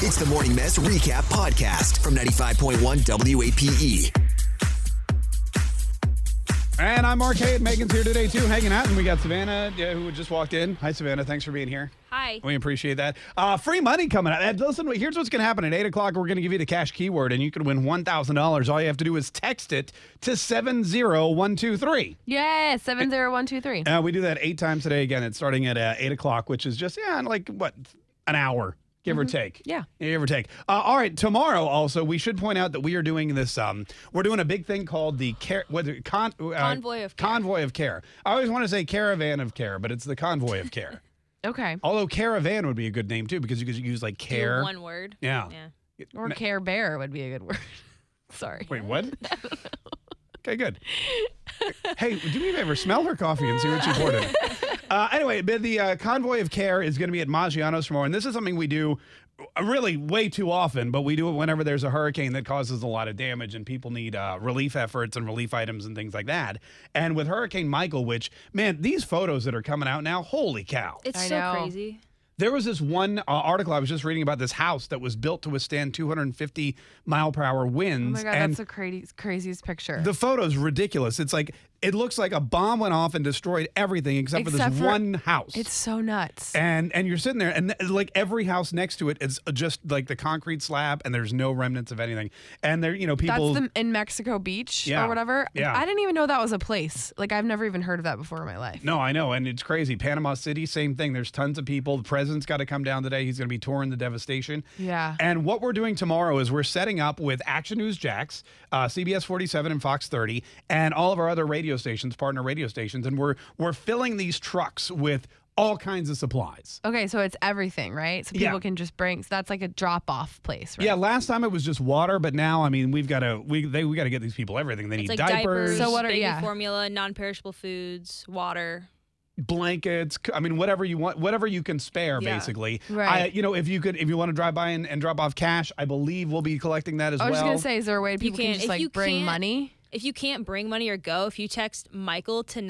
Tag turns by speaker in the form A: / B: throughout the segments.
A: It's the Morning Mess Recap Podcast from 95.1 WAPE.
B: And I'm Arcade. Megan's here today too, hanging out. And we got Savannah, yeah, who just walked in. Hi, Savannah. Thanks for being here.
C: Hi.
B: We appreciate that. Uh, free money coming out. And listen, here's what's going to happen at 8 o'clock. We're going to give you the cash keyword, and you can win $1,000. All you have to do is text it to 70123.
C: Yeah, 70123.
B: Uh, we do that eight times a day. Again, it's starting at uh, 8 o'clock, which is just, yeah, like what, an hour, give or take.
C: Mm-hmm. Yeah.
B: Give or take. Uh, all right. Tomorrow, also, we should point out that we are doing this. Um, we're doing a big thing called the care, what, is it, con, uh,
C: Convoy of Care.
B: convoy of care. I always want to say caravan of care, but it's the convoy of care.
C: Okay.
B: Although caravan would be a good name too, because you could use like
D: do
B: care.
D: one word.
B: Yeah.
D: Yeah.
B: It-
C: Or
B: ma-
C: Care Bear would be a good word. Sorry.
B: Wait, what? Okay, good. hey, do me a favor, smell her coffee and see what she poured in. Uh, anyway, but the uh, convoy of care is going to be at Maggiano's tomorrow, and this is something we do uh, really way too often, but we do it whenever there's a hurricane that causes a lot of damage and people need uh, relief efforts and relief items and things like that. And with Hurricane Michael, which man, these photos that are coming out now, holy cow!
D: It's
C: I
D: so
C: know.
D: crazy.
B: There was this one uh, article I was just reading about this house that was built to withstand 250 mile per hour
C: Oh
B: winds.
C: my God,
B: and
C: that's the craziest, craziest picture.
B: the photo's ridiculous. It's like, it looks like a bomb went off and destroyed everything except, for
C: Except
B: this
C: for-
B: one house.
C: it's so nuts.
B: and and you're sitting there, and th- like every house next to it is just like the concrete slab, and there's no remnants of anything. And there, you know, people.
C: that's the, in Mexico Beach
B: Yeah.
C: or whatever.
B: Yeah.
C: I didn't even know that was a place. Like, I've never even heard of that before in my life.
B: no, I know, and it's crazy. Panama City, same thing. There's tons of people. The president's got to come down today. He's going to be touring the devastation.
C: Yeah.
B: And what we're doing tomorrow is we're setting up with Action News Jax, uh, CBS 47 and Fox 30, and all of our other radio stations, partner radio stations, and we're we're filling these trucks with all kinds of supplies.
C: Okay, so it's everything, right? So
B: Yeah.
C: people can just bring. So that's like a drop off place, right?
B: Yeah, last time it was just water, but now I mean we've got to we they we got to get these people everything. They
D: It's
B: need
D: like
B: diapers,
D: diapers,
C: So what are-
D: baby
C: yeah.
D: formula, non-perishable foods, water.
B: blankets. c- I mean whatever you want, whatever you can spare,
D: Yeah.
B: basically. I,
C: Right.
B: you know, if you could, if you want to drive by and, and drop off cash, I believe we'll be collecting that as
C: I was
B: well.
C: just gonna say, is there a way people can
D: can't-
C: just
D: if
C: like
D: you
C: bring
D: can't-
C: money?
D: If you can't bring money or go, if you text Michael to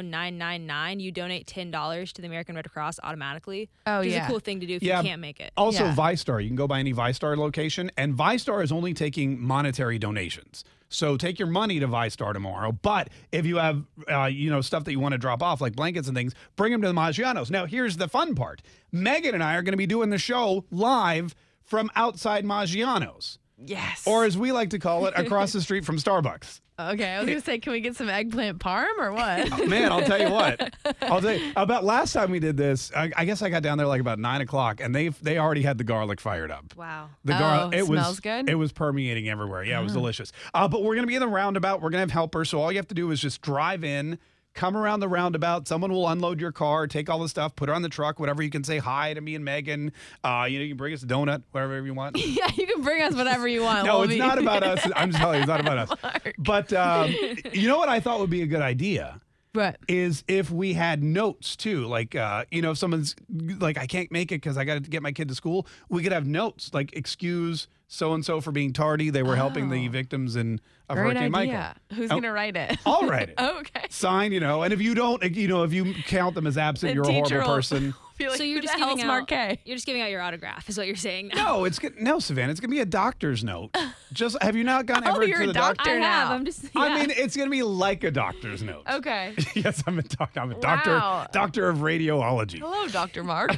D: 90999, you donate $10 to the American Red Cross automatically.
C: Oh,
D: which is
C: yeah.
D: a cool thing to do if
B: Yeah.
D: you can't make it.
B: Also,
C: Yeah.
B: Vistar. You can go by any Vistar location, and Vistar is only taking monetary donations. So take your money to Vistar tomorrow. But if you have, uh, you know, stuff that you want to drop off, like blankets and things, bring them to the Maggiano's. Now, here's the fun part: Megan and I are going to be doing the show live from outside Maggiano's,
C: Yes.
B: or as we like to call it, across the street from Starbucks.
C: okay, I was gonna say, can we get some eggplant parm or what?
B: Man, I'll tell you what. I'll tell you about last time we did this. I, I guess I got down there like about nine o'clock, and they they already had the garlic fired up.
D: Wow.
B: The gar-
C: Oh,
B: it was
C: smells good? Mm.
B: It was permeating everywhere. Yeah, it was delicious. Uh, but we're gonna be in the roundabout. We're gonna have helpers. So all you have to do is just drive in, come around the roundabout. Someone will unload your car, take all the stuff, put it on the truck, whatever you can say hi to me and Megan. Uh, you know, you can bring us a donut, whatever you want.
C: yeah, you can bring us whatever you want.
B: No,
C: We'll
B: it's
C: be-
B: not about us. I'm just telling you, it's not about us. But um, you know what I thought would be a good idea
C: But
B: is if we had notes too like uh you know if someone's like i can't make it because i gotta get my kid to school we could have notes like excuse so and so for being tardy they were helping the
C: Oh.
B: victims in of
C: great
B: hurricane
C: idea. Oh.
B: michael
C: Who's
B: Oh.
C: gonna write it?
B: i'll write it
C: okay.
B: sign you know and if you don't you know if you count them as absent
C: The
B: you're a horrible
C: teacher will-
B: person
C: Be like,
D: So you're
C: "Who
D: just
C: the hell's
D: giving out,
C: Marquet?
D: you're just giving out your autograph is what you're saying now.
B: no it's good no savannah it's gonna be a doctor's note just have you not gone
C: Oh,
B: ever
C: you're
B: to
C: a
B: the
D: I
C: doctor.
B: doctor
D: have.
C: now.
D: I'm just
B: i
D: yeah.
B: mean it's gonna be like a doctor's note
C: Okay.
B: yes i'm a doctor i'm a doctor
C: Wow.
B: doctor of radiology
C: Hello, Dr. Mark.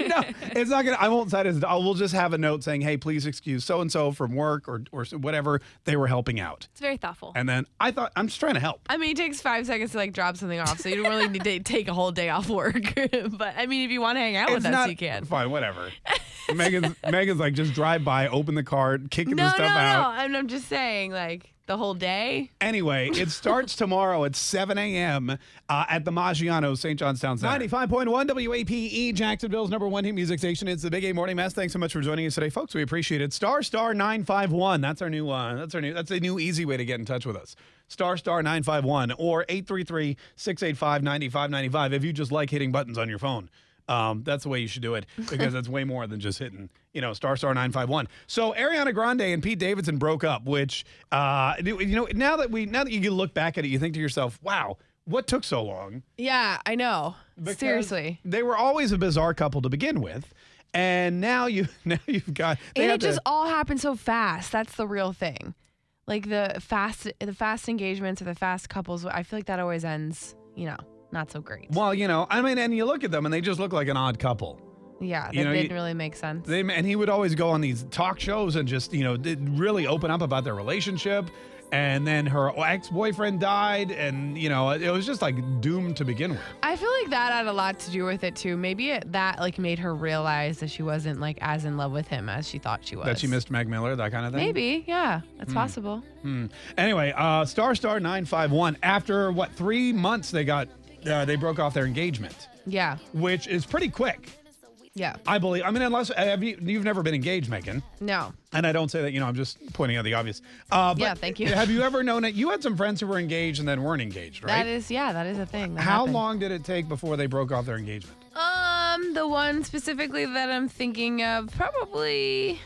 B: no, it's not gonna. I won't cite it. as- I will just have a note saying, "Hey, please excuse so and so from work or or whatever they were helping out."
D: it's very thoughtful.
B: And then I thought, I'm just trying to help.
C: I mean, it takes five seconds to like drop something off, so you don't really need to take a whole day off work. but I mean, if you want to hang out with
B: it's
C: us,
B: not
C: you can.
B: fine, whatever. Megan's Megan's like just drive by, open the cart, kicking
C: No,
B: the
C: no,
B: stuff
C: no.
B: out.
C: And I'm just saying, like the whole day.
B: Anyway, it starts tomorrow at 7 a.m. Uh, at the Maggiano St. Johnstown Center. 95.1 WAPE, E, Jacksonville's number one hit music station. It's the Big A Morning Mess. Thanks so much for joining us today, folks. We appreciate it. Star Star 951. That's our new, uh, that's our new, that's a new easy way to get in touch with us. Star Star 951 or 833 685 9595 if you just like hitting buttons on your phone. Um, that's the way you should do it because it's way more than just hitting, you know, star star nine five one. So Ariana Grande and Pete Davidson broke up, which uh, you know, now that we now that you look back at it, you think to yourself, wow, what took so long?
C: Yeah, I know.
B: Because
C: Seriously.
B: they were always a bizarre couple to begin with. and now you now you've got they
C: and
B: have
C: it just
B: the-
C: all happened so fast. That's the real thing. Like the fast, the fast engagements or the fast couples. I feel like that always ends, you know, not so great.
B: well, you know, I mean, and you look at them and they just look like an odd couple.
C: yeah, that
B: you know, you-
C: didn't really make sense.
B: They, and he would always go on these talk shows and just, you know, did- really open up about their relationship. And then her ex boyfriend died, and, you know, it was just like doomed to begin with.
C: I feel like that had a lot to do with it too. Maybe it, that like made her realize that she wasn't like as in love with him as she thought she was.
B: That she missed Mac Miller, that kind of thing.
C: Maybe, yeah, that's possible.
B: Hmm. Anyway, uh, Star Star 951, after what, three months, they got, uh, they broke off their engagement,
C: Yeah,
B: which is pretty quick,
C: yeah.
B: I believe. I mean, unless uh, have you, you've never been engaged, Megan.
C: No,
B: And I don't say that, you know, I'm just pointing out the obvious. Uh, but
C: Yeah, thank you.
B: Have you ever known it? You had some friends who were engaged and then weren't engaged, right?
C: that is yeah, that is a thing. that
B: How
C: happened.
B: long did it take before they broke off their engagement?
C: Um, the one specifically that I'm thinking of, probably,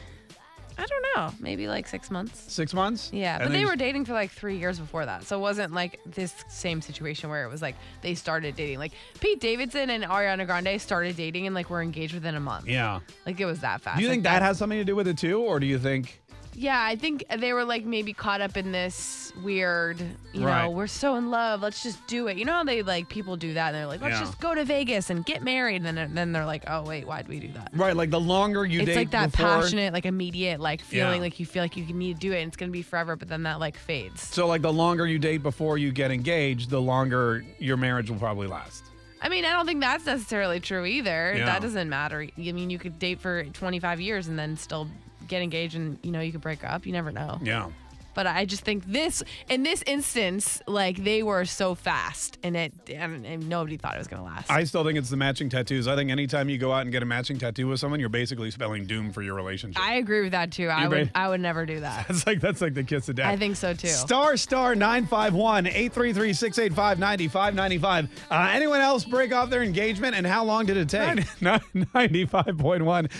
C: I don't know, maybe like six months.
B: Six months?
C: Yeah,
B: And
C: but
B: they
C: they were
B: just-
C: dating for like three years before that, so it wasn't like this same situation where it was like they started dating. Like Pete Davidson and Ariana Grande started dating and like were engaged within a month.
B: Yeah.
C: like it was that fast.
B: Do you
C: Like,
B: think that has something to do with it too, or do you think?
C: Yeah, I think they were like maybe caught up in this weird, you
B: Right.
C: know, we're so in love, let's just do it. You know how they like people do that and they're like, let's
B: Yeah.
C: just go to Vegas and get married, and then then they're like, oh wait, why'd we do that?
B: Right, like the longer you
C: it's
B: date,
C: like that
B: before-
C: passionate, like immediate, like feeling
B: Yeah.
C: like you feel like you need to do it and it's gonna be forever, but then that like fades.
B: So, like the longer you date before you get engaged, the longer your marriage will probably last.
C: I mean, I don't think that's necessarily true either.
B: Yeah.
C: That doesn't matter. I mean, you could date for 25 years and then still get engaged and you know you could break up. You never know.
B: Yeah.
C: But I just think this in this instance, like they were so fast and it and, and nobody thought it was gonna last.
B: I still think it's the matching tattoos. I think anytime you go out and get a matching tattoo with someone, you're basically spelling doom for your relationship.
C: I agree with that too. I
B: You
C: would
B: agree?
C: I would never do that.
B: That's like that's like the kiss of death.
C: I think so, too.
B: Star star 951 833 685 9595. Uh, Anyone else break off their engagement and how long did it take? 95.1 WAP.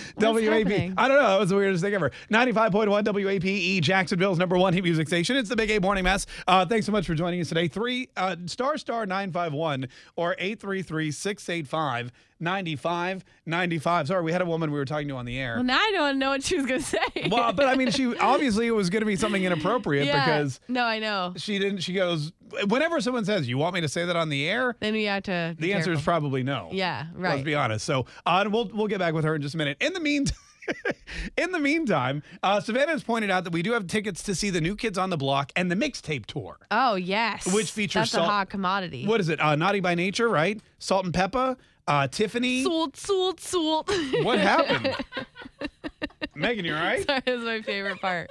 C: happening?
B: I don't know. That was the weirdest thing ever. 95.1 WAPE, E, Jacksonville's number one hit music station. It's the Big A Morning Mess. Uh, thanks so much for joining us today. Three uh, star star 951 or 833 685 9595. Sorry, we had a woman we were talking to on the air.
C: Well, now I don't know what she was gonna say.
B: Well, but I mean, she obviously it was going to be something inappropriate
C: yeah.
B: because
C: no, I know.
B: she didn't. She goes, whenever someone says, "You want me to say that on the air?"
C: Then we have to.
B: The answer is probably no.
C: Yeah,
B: Let's
C: right.
B: be honest. So, uh, we'll we'll get back with her in just a minute. In the meantime. In the meantime, uh, Savannah has pointed out that we do have tickets to see the New Kids on the Block and the mixtape tour.
C: Oh yes.
B: Which features
C: That's
B: salt-
C: a hot commodity.
B: What is it? Uh, Naughty by Nature, right? Salt and Peppa, uh, Tiffany.
C: Salt, salt, salt.
B: What happened? Megan, you all right?
C: that is my favorite part.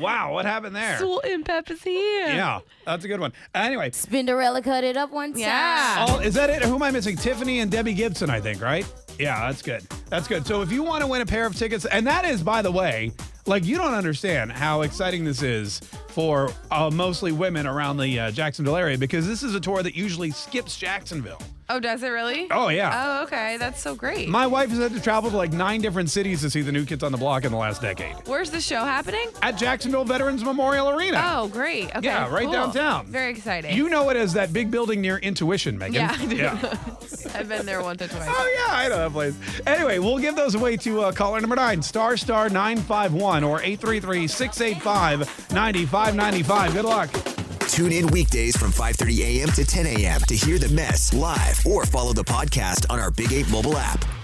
B: Wow, what happened there?
C: Salt and pepper's here.
B: Yeah, that's a good one. Anyway,
E: Spinderella cut it up one time.
C: Yeah.
B: Oh, is that it? Who am I missing? Tiffany and Debbie Gibson, I think, right? Yeah, that's good. That's good. So if you want to win a pair of tickets, and that is, by the way, like you don't understand how exciting this is for uh, mostly women around the uh, Jacksonville area because this is a tour that usually skips Jacksonville.
C: Oh, does it really?
B: Oh, yeah.
C: Oh, okay. That's so great.
B: My wife has had to travel to like nine different cities to see the new kids on the block in the last decade
C: Where's the show happening?
B: at Jacksonville Veterans Memorial Arena.
C: Oh, great. Okay,
B: Yeah, right
C: cool.
B: downtown.
C: Very exciting.
B: You know it as that big building near Intuition, Megan.
C: yeah, I do.
B: yeah.
C: I've been there once or twice.
B: Oh yeah, I know that place. Anyway, we'll give those away to uh, caller number nine, star star nine five one or 833-685-9595. Good luck.
A: Tune in weekdays from 5:30 a.m. to 10 a.m. to hear the mess live or follow the podcast on our Big 8 mobile app.